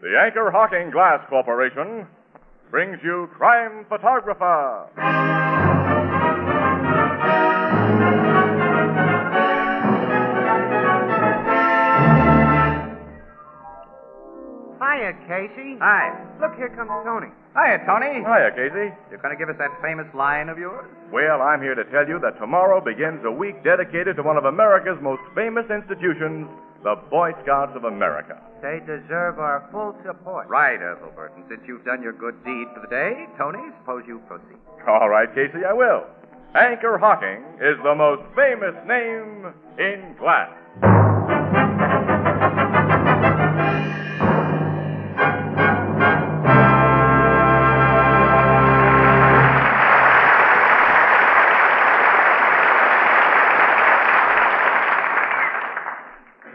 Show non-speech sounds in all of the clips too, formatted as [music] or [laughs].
The Anchor Hawking Glass Corporation brings you Crime Photographer. Hiya, Casey. Hi. Look, here comes Tony. Hiya, Tony. Hiya, Casey. You're going to give us that famous line of yours? Well, I'm here to tell you that tomorrow begins a week dedicated to one of America's most famous institutions, the Boy Scouts of America. They deserve our full support. Right, Ethelbert. And since you've done your good deed for the day, Tony, suppose you proceed. All right, Casey, I will. Anchor Hawking is the most famous name in glass.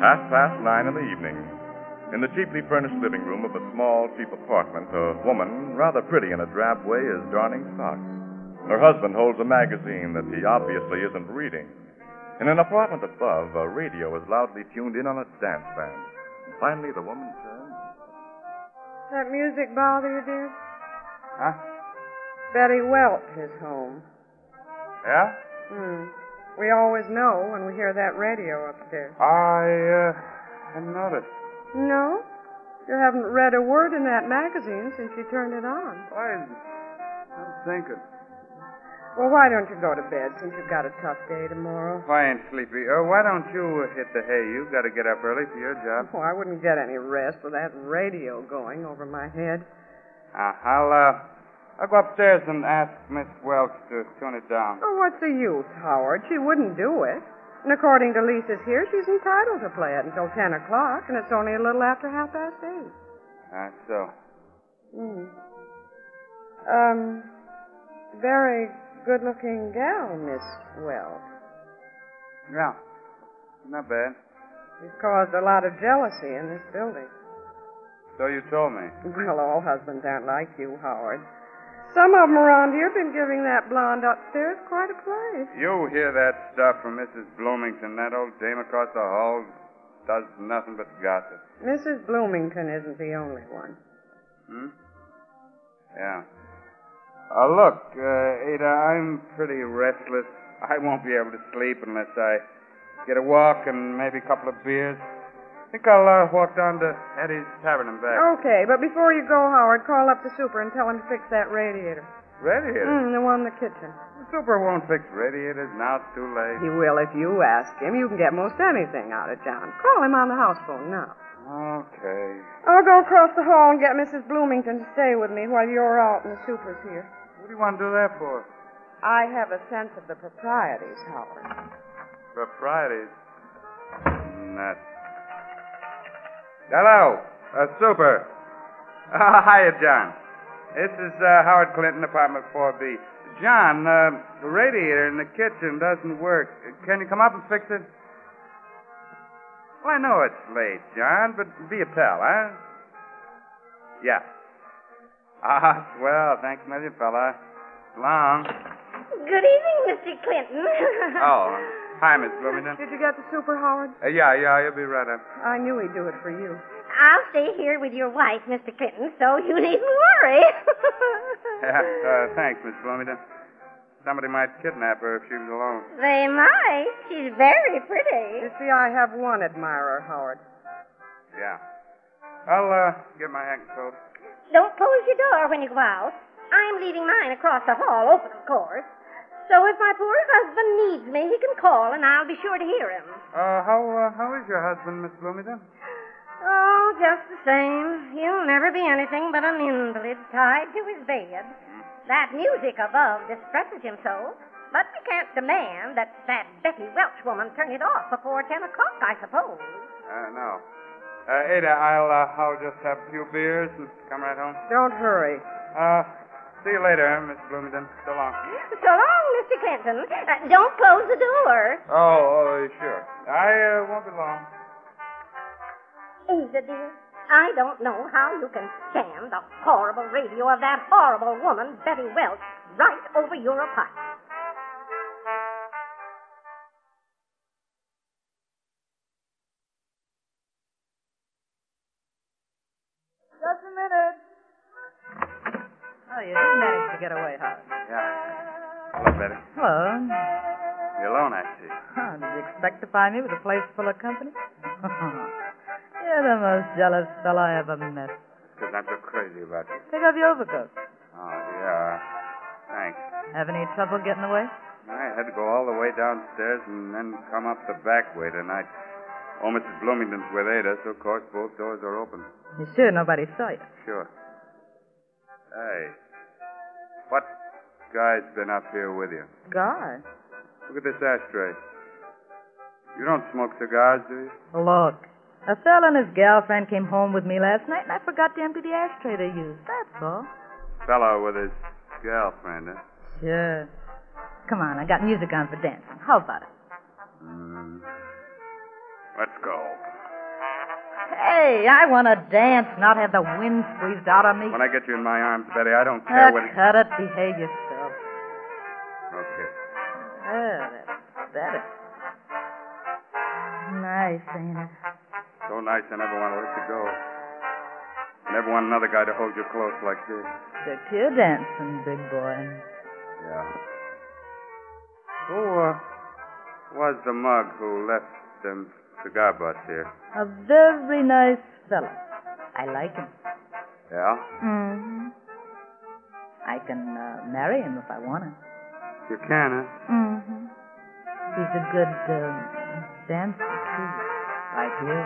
Half past nine in the evening. In the cheaply furnished living room of a small, cheap apartment, a woman, rather pretty in a drab way, is darning socks. Her husband holds a magazine that he obviously isn't reading. In an apartment above, a radio is loudly tuned in on a dance band. Finally, the woman turns. That music bother you, dear? Huh? Betty Welch is home. Yeah? Hmm. We always know when we hear that radio upstairs. I, uh, noticed. No? You haven't read a word in that magazine since you turned it on. I, I'm thinking. Well, why don't you go to bed since you've got a tough day tomorrow? Fine, Sleepy. Uh, why don't you uh, hit the hay? You've got to get up early for your job. Oh, I wouldn't get any rest with that radio going over my head. Uh, I'll, uh, I'll go upstairs and ask Miss Welch to tune it down. Oh, what's the use, Howard? She wouldn't do it. And according to Lisa's here, she's entitled to play it until 10 o'clock, and it's only a little after half past 8. Uh, so, Mm. Um, very good looking gal, Miss Wells. yeah, not bad. She's caused a lot of jealousy in this building. So you told me. Well, all husbands aren't like you, Howard. Some of 'em around here have been giving that blonde upstairs quite a play. You hear that stuff from Mrs. Bloomington, that old dame across the hall does nothing but gossip. Mrs. Bloomington isn't the only one. Hmm? Yeah. Uh, look, uh, Ada, I'm pretty restless. I won't be able to sleep unless I get a walk and maybe a couple of beers. think I'll uh, walk down to Eddie's Tavern and back. Okay, but before you go, Howard, call up the super and tell him to fix that radiator. Radiators? Mm, the one in the kitchen. The super won't fix radiators. Now it's too late. He will if you ask him. You can get most anything out of John. Call him on the house phone now. Okay. I'll go across the hall and get Mrs. Bloomington to stay with me while you're out and the super's here. What do you want to do that for? I have a sense of the proprieties, Howard. Proprieties. Nuts. Hello, uh, super. Uh, hiya, John. This is uh, Howard Clinton, apartment 4B. John, uh, the radiator in the kitchen doesn't work. Can you come up and fix it? Well, I know it's late, John, but be a pal, huh? Yeah. Ah, well, thanks a million, fella. Long. Good evening, Mr. Clinton. [laughs] Oh, hi, Miss Bloomington. Did you get the super, Howard? Uh, yeah, yeah, you'll be right up. [laughs] I knew he'd do it for you. I'll stay here with your wife, Mr. Clinton, so you needn't worry. [laughs] Yeah, uh, thanks, Miss Bloomington. Somebody might kidnap her if she was alone. They might. She's very pretty. You see, I have one admirer, Howard. Yeah. I'll uh, get my hat and coat. Don't close your door when you go out. I'm leaving mine across the hall open, of course. So if my poor husband needs me, he can call, and I'll be sure to hear him. Uh, how uh, how is your husband, Miss Bloomington? Oh, just the same. He'll never be anything but an invalid tied to his bed. That music above distresses him so. But we can't demand that that Betty Welch woman turn it off before 10 o'clock, I suppose. Uh, no. Uh, Ada, I'll, uh, I'll just have a few beers and come right home. Don't hurry. Uh, see you later, Miss Bloomington. So long. So long, Mr. Clinton. Uh, don't close the door. Oh, oh, sure. I uh, won't be long. Ada, dear, I don't know how you can stand the horrible radio of that horrible woman, Betty Welch, right over your apartment. Just a minute. Oh, you did manage to get away, Howard. Yeah. Hello, Betty. Hello. You're alone, I [laughs] see. Oh, did you expect to find me with a place full of company? You're the most jealous fellow I ever met. Because I'm so crazy about you. [laughs] Take off your overcoat. Oh, yeah. Thanks. Have any trouble getting away? I had to go all the way downstairs and then come up the back way tonight. Oh, Mrs. Bloomington's with Ada, so of course both doors are open. You sure nobody saw you? Sure. Hey, what guy's been up here with you? God. Look at this ashtray. You don't smoke cigars, do you? Look, a fellow and his girlfriend came home with me last night, and I forgot to empty the ashtray they used. That's all. Fellow with his girlfriend, eh? huh? Sure. Come on, I got music on for dancing. How about it? Mm. Let's go. Hey, I want to dance, not have the wind squeezed out of me. When I get you in my arms, Betty, I don't Ah, care what. It... cut it. Behave yourself. Okay. Oh, that's better. Nice, ain't it? So nice, I never want to let you go. I never want another guy to hold you close like this. Stick to your dancing, big boy. Yeah. Who uh, was the mug who left them cigar butts here? A very nice fellow. I like him. Yeah? Mm-hmm. I can uh, marry him if I want to. You can, huh? Mm-hmm. He's a good um, dancer, too. Like you.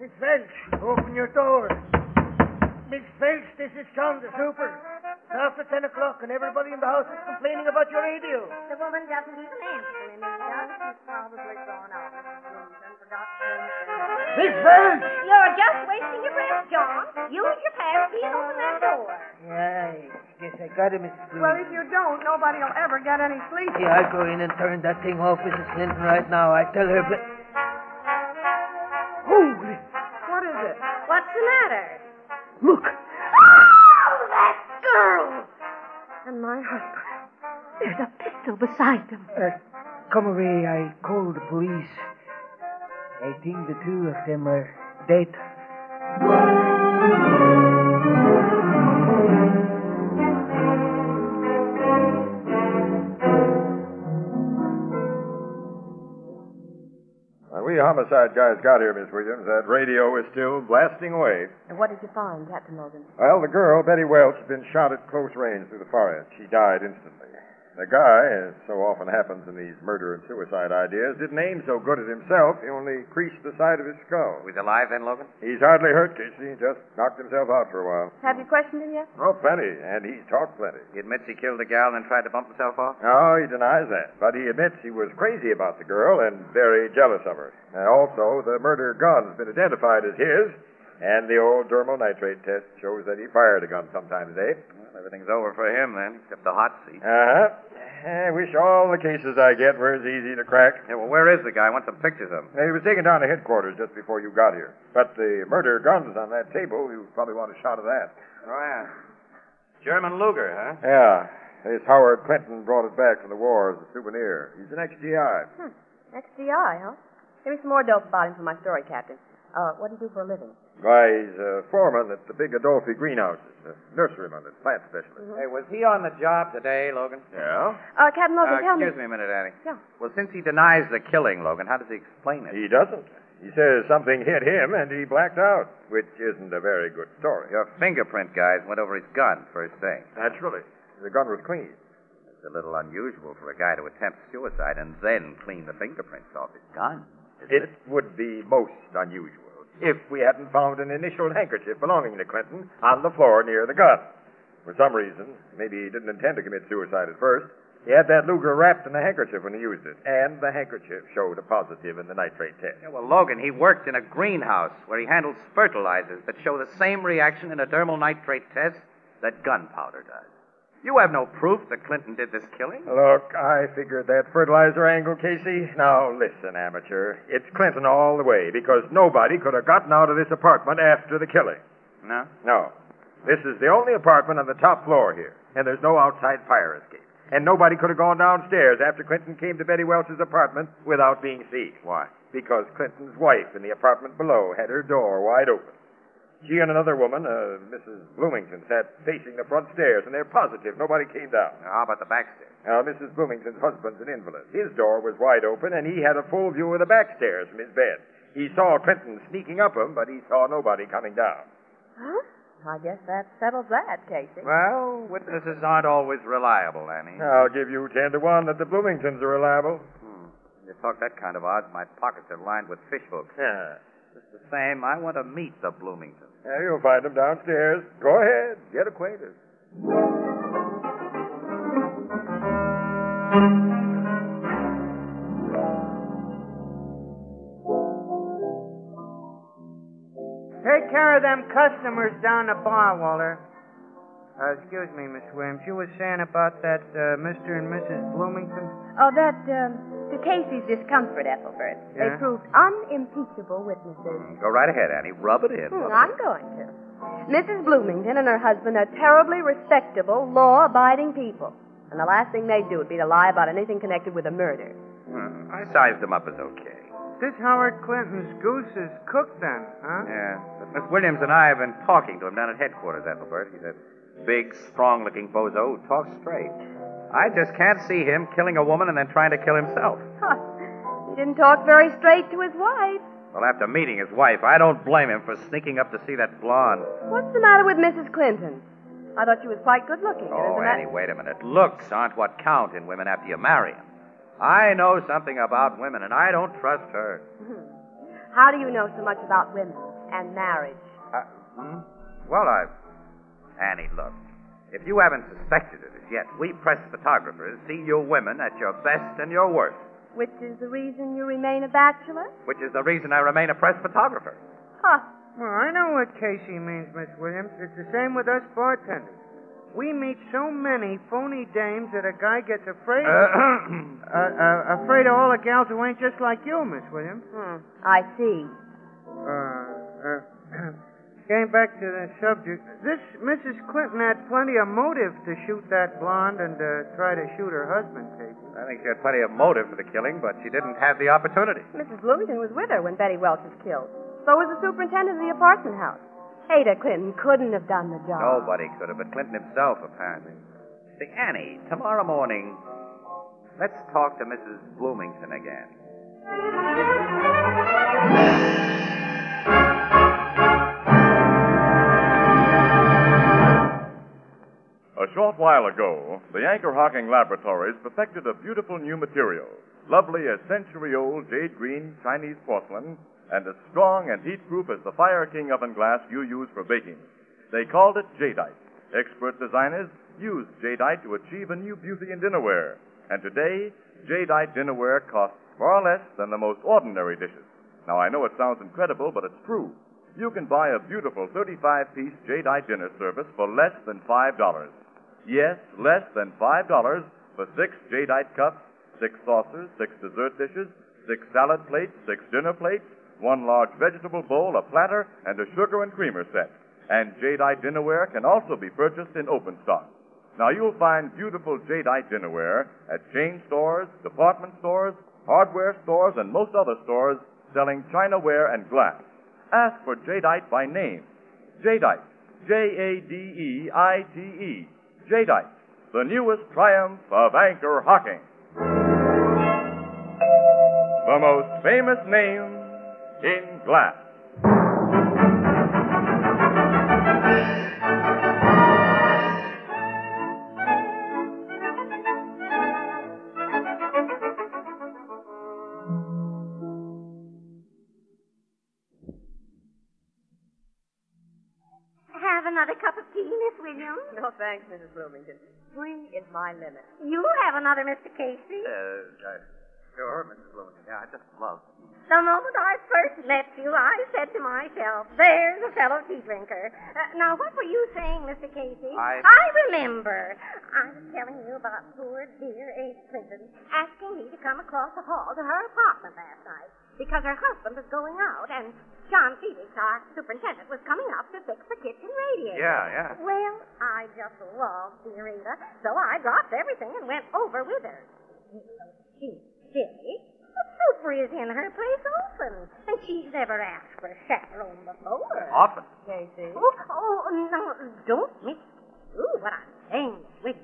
Miss Welch, open your door. Miss Welch, this is John the super. It's after 10 o'clock, and everybody in the house is complaining about your radio. The woman doesn't even answer him, Ada. She's probably gone out. Miss Welch! You're just wasting your breath, John. Use your passkey and open that door. Aye, guess I got him, Mrs. Well, if you don't, nobody will ever get any sleep. Hey, I'll go in and turn that thing off, Mrs. Clinton, right now. I tell her. Bl- Holy! What is it? What's the matter? Look! Oh, that girl! And my husband. There's a pistol beside them. Uh, come away. I call the police. I think the two of them are dead. When Uh, we homicide guys got here, Miss Williams, that radio was still blasting away. And what did you find, Captain Logan? Well, the girl, Betty Welch, had been shot at close range through the forehead. She died instantly. The guy, as so often happens in these murder and suicide ideas, didn't aim so good at himself. He only creased the side of his skull. He's alive then, Logan? He's hardly hurt, Casey. He just knocked himself out for a while. Have you questioned him yet? Oh, plenty. And he's talked plenty. He admits he killed the gal and tried to bump himself off? No, he denies that. But he admits he was crazy about the girl and very jealous of her. And also, the murder gun's been identified as his, and the old dermal nitrate test shows that he fired a gun sometime today. Well, everything's over for him then, except the hot seat. Uh-huh. I wish all the cases I get were as easy to crack. Yeah, well, where is the guy? I want some pictures of him. He was taken down to headquarters just before you got here. But the murder gun's on that table. You probably want a shot of that. Oh, yeah. German Luger, huh? Yeah. This Howard Clinton brought it back from the war as a souvenir. He's an ex-GI. XDI, huh? Give me some more dope about him for my story, Captain. Uh, what do you do for a living? Why, he's a foreman at the big Adolphi greenhouses, a nurseryman and plant specialist. Hey, was he on the job today, Logan? Yeah? Mm-hmm. Uh, Captain Logan, Uh, tell me. excuse me a minute, Annie. Yeah. Well, since he denies the killing, Logan, how does he explain it? He doesn't. He says something hit him and he blacked out, which isn't a very good story. Your fingerprint guys went over his gun first thing. Naturally. The gun was clean. It's a little unusual for a guy to attempt suicide and then clean the fingerprints off his gun. It would be most unusual if we hadn't found an initial handkerchief belonging to Clinton on the floor near the gun. For some reason, maybe he didn't intend to commit suicide at first, he had that Luger wrapped in a handkerchief when he used it, and the handkerchief showed a positive in the nitrate test. Yeah, well, Logan, he worked in a greenhouse where he handles fertilizers that show the same reaction in a dermal nitrate test that gunpowder does. You have no proof that Clinton did this killing. Look, I figured that fertilizer angle, Casey. Now, listen, amateur. It's Clinton all the way because nobody could have gotten out of this apartment after the killing. No? No. This is the only apartment on the top floor here, and there's no outside fire escape. And nobody could have gone downstairs after Clinton came to Betty Welch's apartment without being seen. Why? Because Clinton's wife in the apartment below had her door wide open. She and another woman, uh, Mrs. Bloomington, sat facing the front stairs, and they're positive nobody came down. Now, how about the back stairs? Now, Mrs. Bloomington's husband's an invalid. His door was wide open, and he had a full view of the back stairs from his bed. He saw Clinton sneaking up him, but he saw nobody coming down. Huh? I guess that settles that, Casey. Well, witnesses aren't always reliable, Annie. I'll give you ten to one that the Bloomingtons are reliable. Hmm. You talk that kind of odds, my pockets are lined with fish hooks. Yeah. Just the same, I want to meet the Bloomingtons. yeah you'll find them downstairs. Go ahead, get acquainted. Take care of them customers down the bar, Walter. Uh, excuse me, Miss Williams. You were saying about that uh, Mr. and Mrs. Bloomington? Oh, that, um, to Casey's discomfort, Ethelbert. They Yeah? proved unimpeachable witnesses. Go right ahead, Annie. Rub it in. Hmm, I'm going to. Mrs. Bloomington and her husband are terribly respectable, law abiding people. And the last thing they'd do would be to lie about anything connected with a murder. Hmm. I sized them up as okay. This Howard Clinton's goose is cooked, then, huh? Yeah. But Miss Williams and I have been talking to him down at headquarters, Ethelbert. He's a big, strong looking bozo who talks straight. I just can't see him killing a woman and then trying to kill himself. Huh. He didn't talk very straight to his wife. Well, after meeting his wife, I don't blame him for sneaking up to see that blonde. What's the matter with Mrs. Clinton? I thought she was quite good looking. Oh, isn't Annie, wait a minute. Looks aren't what count in women after you marry 'em. I know something about women, and I don't trust her. that... [laughs] How do you know so much about women and marriage? Uh, hmm? Well, I. Annie, look. If you haven't suspected it as yet, we press photographers see you women at your best and your worst, Which is the reason you remain a bachelor? which is the reason I remain a press photographer. Huh. Well, I know what Casey means, Miss Williams. It's the same with us bartenders. We meet so many phony dames that a guy gets afraid uh, uh, afraid of all the gals who ain't just like you, Miss Williams. Hmm. I see. Uh, [clears throat] uh, getting back to the subject, this Mrs. Clinton had plenty of motive to shoot that blonde and uh, try to shoot her husband, Casey. I think she had plenty of motive for the killing, but she didn't have the opportunity. Mrs. Bloomington was with her when Betty Welch was killed. So was the superintendent of the apartment house. Ada Clinton couldn't have done the job. Nobody could have, but Clinton himself, apparently. Say, Annie, tomorrow morning, let's talk to Mrs. Bloomington again. A short while ago, the Anchor Hocking Laboratories perfected a beautiful new material, lovely as century old jade green Chinese porcelain, and as strong and heat proof as the Fire King oven glass you use for baking. They called it jadeite. Expert designers used jadeite to achieve a new beauty in dinnerware, and today, jadeite dinnerware costs far less than the most ordinary dishes. Now, I know it sounds incredible, but it's true. You can buy a beautiful 35 piece jadeite dinner service for less than $5. Yes, less than $5 for six jadeite cups, six saucers, six dessert dishes, six salad plates, six dinner plates, one large vegetable bowl, a platter, and a sugar and creamer set. And jadeite dinnerware can also be purchased in open stock. Now you'll find beautiful jadeite dinnerware at chain stores, department stores, hardware stores, and most other stores selling chinaware and glass. Ask for jadeite by name. Jadeite. E J-A-D-E-I-T-E. Jadeite. The newest triumph of anchor hocking. The most famous name in glass. Have another cup of tea, Miss Williams? no thanks, Mrs. Bloomington. Three is my limit. You have another, Mr. Casey. Uh, sure, Mrs. Bloomington. Yeah, I just love. The moment I first met you, I said to myself, there's a fellow tea drinker. Uh, now, what were you saying, Mr. Casey? I- remember. I was telling you about poor dear Abe Clinton asking me to come across the hall to her apartment last night because her husband was going out and John Felix, our superintendent, was coming up to fix the kitchen radiator. Yeah, yeah. Well, I just love dear Ada, so I dropped everything and went over with her. She's silly. The super is in her place often, and she's never asked for a chaperone before. Often. Casey. Oh, oh, no, don't miss Ooh, what I'm saying is with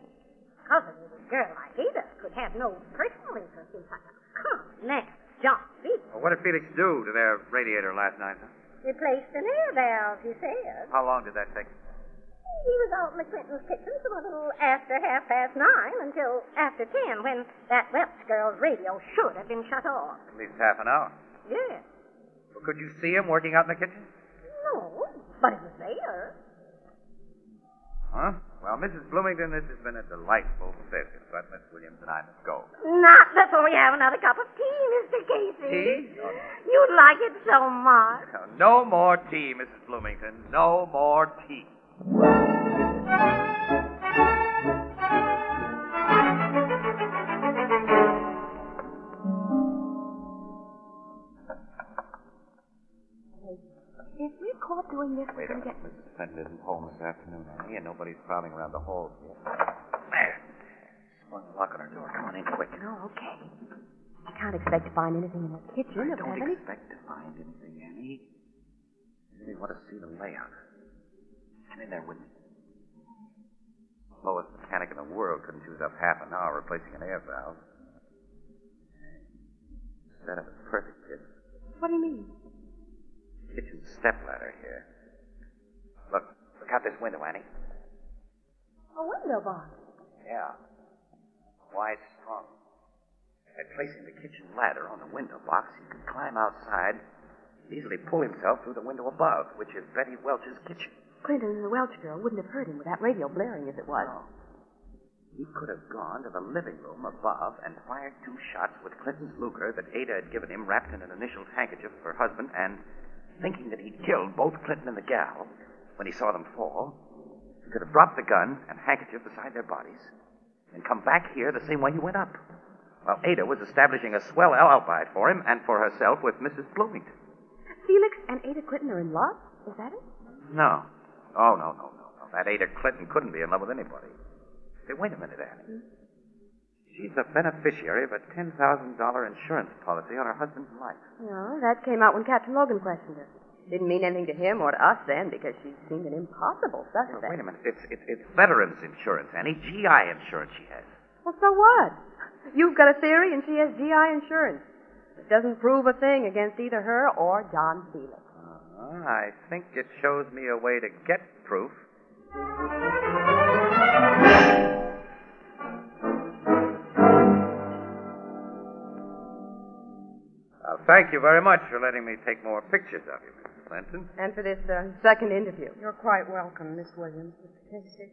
cousin little girl like Ada could have no personal interest in such a complex job. Well, what did Felix do to their radiator last night? huh? Replaced an air valve, he said. How long did that take? He was out in the Clinton's kitchen from a little after half past nine until after ten when that Welch girl's radio should have been shut off. At least half an hour. Yes. Well, could you see him working out in the kitchen? No, but it was there. Huh? Well, Mrs. Bloomington, this has been a delightful visit, but Miss Williams and I must go. Not before we have another cup of tea, Mr. Casey. Tea? You'd like it so much. No more tea, Mrs. Bloomington. No more tea. If we're caught doing this, Wait a minute. Mrs. Clinton isn't home this afternoon, Annie, and nobody's prowling around the halls yet. There. Someone's knocking her door. Come on in quick. No, okay. I can't expect to find anything in the kitchen. if I don't have any- expect to find anything, Annie. I really want to see the layout. Come in there with me. Lowest mechanic in the world couldn't use up half an hour replacing an air valve. Set up is perfect, kid. What do you mean? Kitchen step ladder here. Look, look out this window, Annie. A window box. Yeah. Wide strong. By placing the kitchen ladder on the window box, he could climb outside and easily pull himself through the window above, which is Betty Welch's kitchen. Clinton and the Welch girl wouldn't have heard him with that radio blaring as it was. He could have gone to the living room above and fired two shots with Clinton's Luger that Ada had given him wrapped in an initialed handkerchief of her husband, and thinking that he'd killed both Clinton and the gal when he saw them fall, he could have dropped the gun and handkerchief beside their bodies and come back here the same way he went up. While Ada was establishing a swell alibi for him and for herself with Mrs. Bloomington. Felix and Ada Clinton are in love? Is that it? No. Oh, no, no, no, no. That Ada Clinton couldn't be in love with anybody. Say, wait a minute, Annie. She's the beneficiary of a $10,000 insurance policy on her husband's life. No, that came out when Captain Logan questioned her. Didn't mean anything to him or to us then because she seemed an impossible Now, suspect. wait a minute. It's, it's, it's veterans insurance, Annie. GI insurance she has. Well, so what? You've got a theory and she has GI insurance. It doesn't prove a thing against either her or John Felix. Uh, I think it shows me a way to get proof. Well, thank you very much for letting me take more pictures of you, Mrs. Clinton. And for this uh, second interview. You're quite welcome, Miss Williams, Mr. Casey.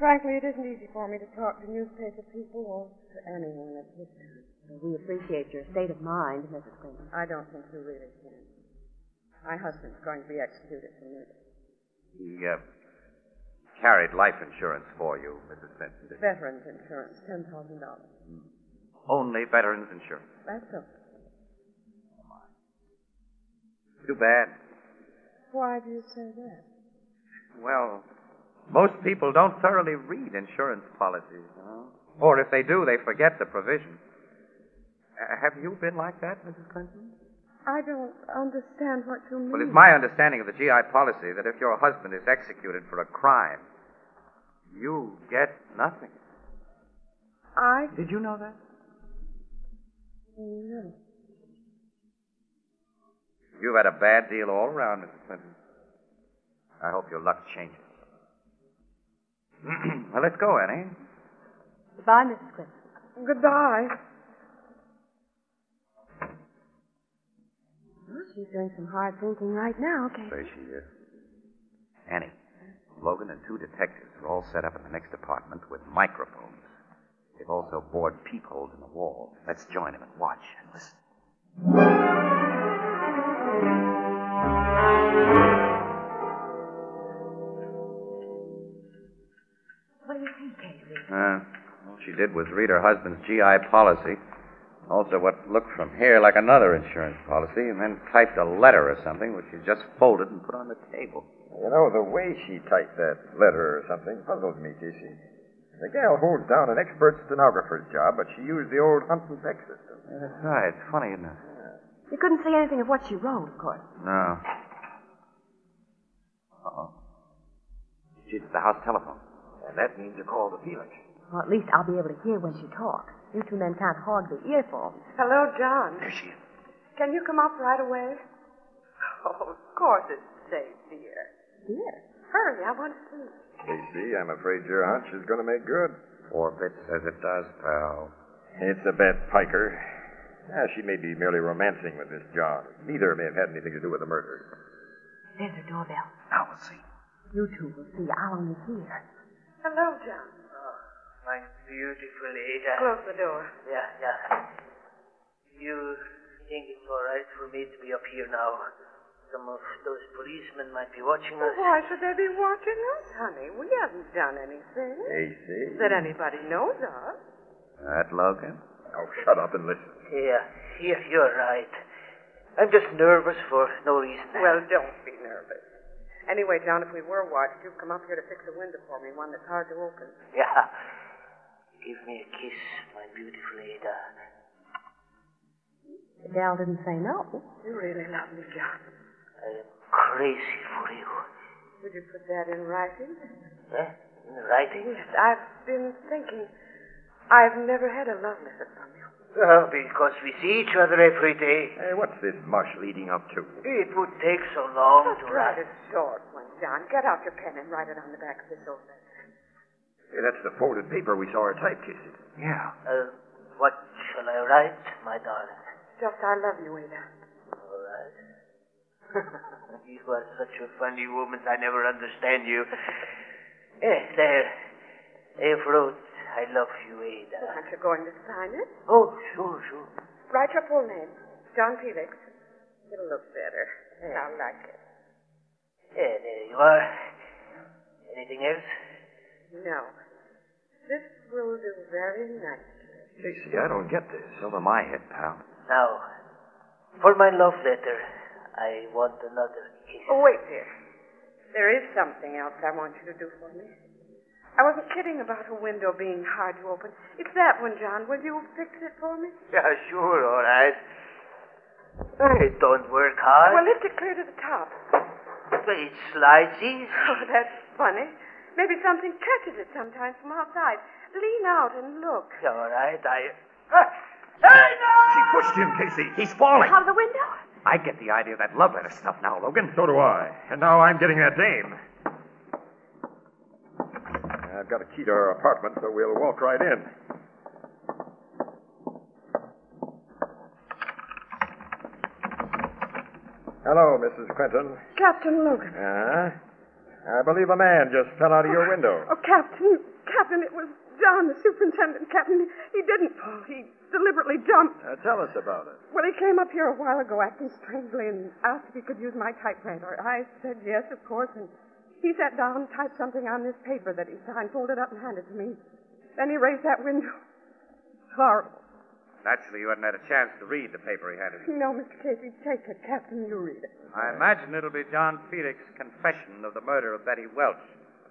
Frankly, it isn't easy for me to talk to newspaper people or to anyone at this time. We appreciate your state of mind, Mrs. Clinton. I don't think you really can. My husband's going to be executed for murder. He uh, carried life insurance for you, Mrs. Clinton. didn't he? Veterans insurance, ten thousand dollars. Only veterans insurance. That's all. Too bad. Why do you say that? Well, most people don't thoroughly read insurance policies, you know. Or if they do, they forget the provision. Uh, have you been like that, Mrs. Clinton? I don't understand what you mean. Well, it's my understanding of the GI policy that if your husband is executed for a crime, you get nothing. I Did you know that? no. You've had a bad deal all around, Mrs. Clinton. I hope your luck changes. [clears throat] well, let's go, Annie. Goodbye, Mrs. Clinton. Goodbye. Well, she's doing some hard thinking right now, Casey. There she is. Annie, Logan and two detectives are all set up in the next apartment with microphones. They've also bored peepholes in the wall. Let's join them and watch and listen. What do you think, Casey? Uh, all she did was read her husband's GI policy, also what looked from here like another insurance policy, and then typed a letter or something, which she just folded and put on the table. You know, the way she typed that letter or something puzzled me, Casey. The gal holds down an expert stenographer's job, but she used the old hunt and peck system. That's right. It's funny, isn't it? You couldn't see anything of what she wrote, of course. No. Uh-oh. She's at the house telephone. And that means you call the Felix. Well, at least I'll be able to hear when she talks. You two men can't hog the earful. Hello, John. There she is. Can you come up right [laughs] away? Oh, of course it's safe, dear. Dear. Hurry, I want to see. you. Casey, I'm afraid your hunch is going to make good. Or if it says it does, pal. It's a bet, Piker. Ah, she may be merely romancing with this John. Neither may have had anything to do with the murder. There's her doorbell. Now we'll see. You two will see. I'll only hear. Hello, John. Oh, My beautiful Ada. Close the door. Yeah, yeah. You think it's all right for me to be up here now? Some of those policemen might be watching us. Why should they be watching us, honey? We haven't done anything Casey? that anybody knows of. That Logan? Oh, shut up and listen. Mm-hmm. Yeah, yeah, you're right. I'm just nervous for no reason. Well, don't be nervous. Anyway, John, if we were watched, you've come up here to fix a window for me, one that's hard to open. [laughs] Yeah. Give me a kiss, my beautiful Ada. The gal didn't say no. You really love me, John. I am crazy for you. Would you put that in writing? Eh? In writing? Yes, I've been thinking. I've never had a love letter from you. Well, Uh, because we see each other every day. Hey, Uh, what's this mush leading up to? It would take so long Just to write write. a short one, John. Get out your pen and write it on the back of this old letter. Hey, that's the folded paper we saw her type, Casey. Yeah. Uh, what shall I write, my darling? Just I love you, Ada. All right. [laughs] you are such a funny woman. I never understand you. Eh, there. I've wrote, I love you, Ada. Aren't you going to sign it? Oh, sure, sure. Write your full name. John Felix. It'll look better. and I'll like it. Yeah, Eh, there you are. Anything else? No. This will do very nicely. Casey, I don't get this. It's over my head, pal. Now, for my love letter, I want another kiss. Oh, wait, dear. There is something else I want you to do for me. I wasn't kidding about a window being hard to open. It's that one, John. Will you fix it for me? Yeah, sure, all right. I don't work hard. Well, lift it clear to the top. it slides easy. Oh, that's funny. Maybe something catches it sometimes from outside. Lean out and look. All right, I. She pushed him, Casey. He's Oh. falling. Out of the window? I get the idea of that love letter stuff now, Logan. So do I. And now I'm getting that dame. I've got a key to her apartment, so we'll walk right in. Hello, Mrs. Quentin. Captain Logan. Uh, I believe a man just fell out of your window. Oh, Captain, Captain, it was John, the superintendent. Captain, he didn't fall. He deliberately jumped. Uh, tell us about it. Well, he came up here a while ago acting strangely and asked if he could use my typewriter. I said yes, of course, and he sat down, typed something on this paper that he signed, folded up, and handed to me. Then he raised that window. Horrible. Naturally, you hadn't had a chance to read the paper he had in. No, Mr. Casey, take it. Captain, you read it. I imagine it'll be John Felix's confession of the murder of Betty Welch.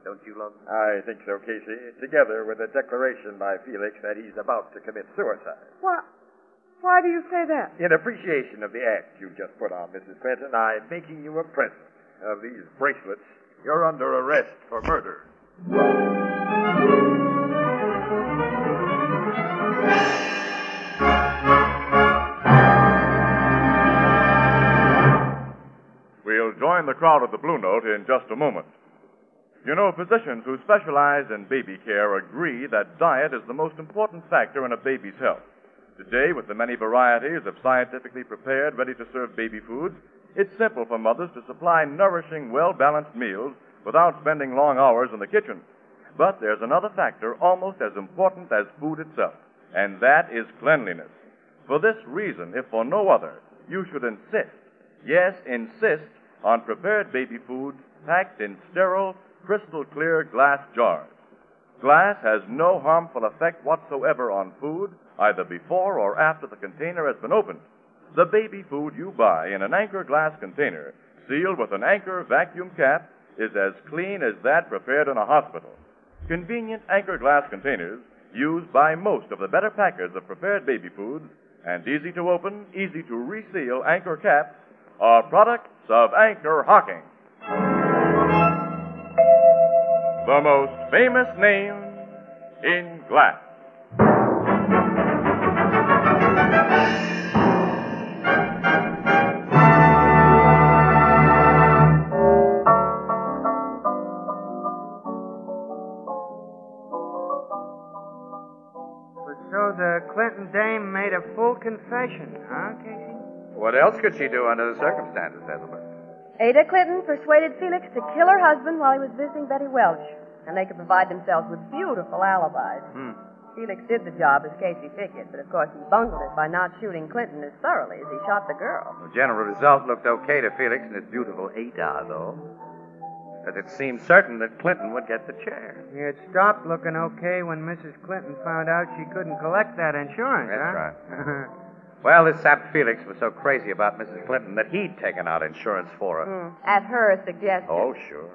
Don't you, Logan? I think so, Casey, together with a declaration by Felix that he's about to commit suicide. Why, why do you say that? In appreciation of the act you just put on, Mrs. Quentin, I'm making you a present of these bracelets. You're under arrest for murder. We'll join the crowd at the Blue Note in just a moment. You know, physicians who specialize in baby care agree that diet is the most important factor in a baby's health. Today, with the many varieties of scientifically prepared, ready to serve baby foods, it's simple for mothers to supply nourishing, well balanced meals without spending long hours in the kitchen. But there's another factor almost as important as food itself, and that is cleanliness. For this reason, if for no other, you should insist, yes, insist, on prepared baby food packed in sterile, crystal clear glass jars. Glass has no harmful effect whatsoever on food, either before or after the container has been opened. The baby food you buy in an anchor glass container, sealed with an anchor vacuum cap, is as clean as that prepared in a hospital. Convenient anchor glass containers, used by most of the better packers of prepared baby foods, and easy to open, easy to reseal anchor caps, are products of anchor hocking. The most famous name in glass. So the Clinton dame made a full confession, huh, Casey? What else could she do under the circumstances, Ethelbert? Ada Clinton persuaded Felix to kill her husband while he was visiting Betty Welch, and they could provide themselves with beautiful alibis. Hmm. Felix did the job as Casey figured, but of course he bungled it by not shooting Clinton as thoroughly as he shot the girl. The general result looked okay to Felix and his beautiful Ada, though. But it seemed certain that Clinton would get the chair. It stopped looking okay when Mrs. Clinton found out she couldn't collect that insurance, That's huh? right. Well, this sap Felix was so crazy about Mrs. Clinton that he'd taken out insurance for her. Hmm. At her suggestion. Oh, sure.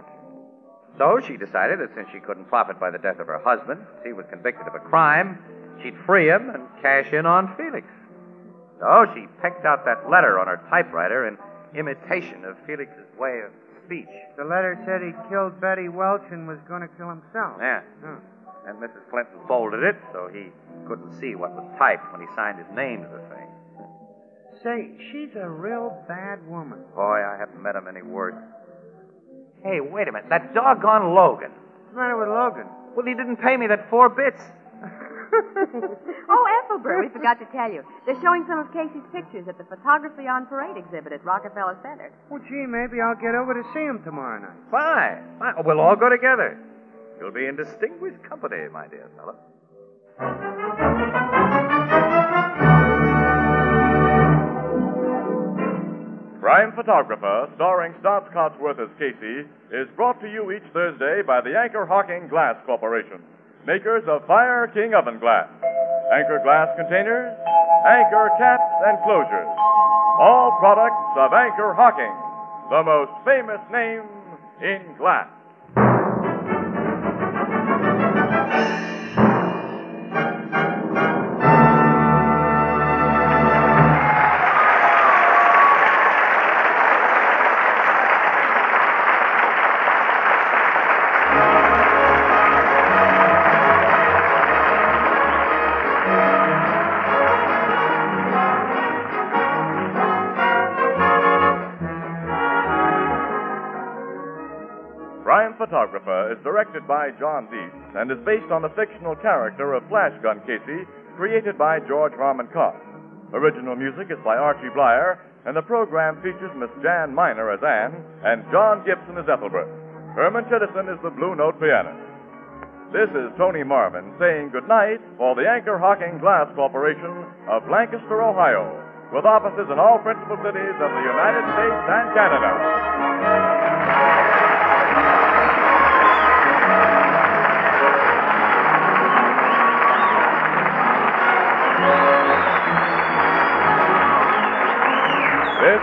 So she decided that since she couldn't profit by the death of her husband, since he was convicted of a crime, she'd free him and cash in on Felix. So she pecked out that letter on her typewriter in imitation of Felix's way of speech. [laughs] The letter said he killed Betty Welch and was going to kill himself. Yeah. Huh. And Mrs. Clinton folded it so he couldn't see what was typed when he signed his name to the thing. Say, she's a real bad woman. Boy, I haven't met him any worse. Hey, wait a minute. That doggone Logan. What's the matter with Logan? Well, he didn't pay me that four bits. [laughs] oh, Ethelbert, we forgot to tell you. They're showing some of Casey's pictures at the Photography on Parade exhibit at Rockefeller Center. Well, gee, maybe I'll get over to see him tomorrow night. Fine. Fine. We'll all go together. You'll be in distinguished company, my dear fellow. Crime Photographer, starring Stotts Cotsworth as Casey, is brought to you each Thursday by the Anchor Hawking Glass Corporation, makers of Fire King Oven Glass, Anchor Glass Containers, Anchor Caps and Closures. All products of Anchor Hawking, the most famous name in glass. Crime Photographer is directed by John Deese and is based on the fictional character of Flash Gun Casey, created by George Harmon Cox. Original music is by Archie Blyer, and the program features Miss Jan Miner as Anne and John Gibson as Ethelbert. Herman Chittison is the Blue Note pianist. This is Tony Marvin saying goodnight for the Anchor Hawking Glass Corporation of Lancaster, Ohio, with offices in all principal cities of the United States and Canada. This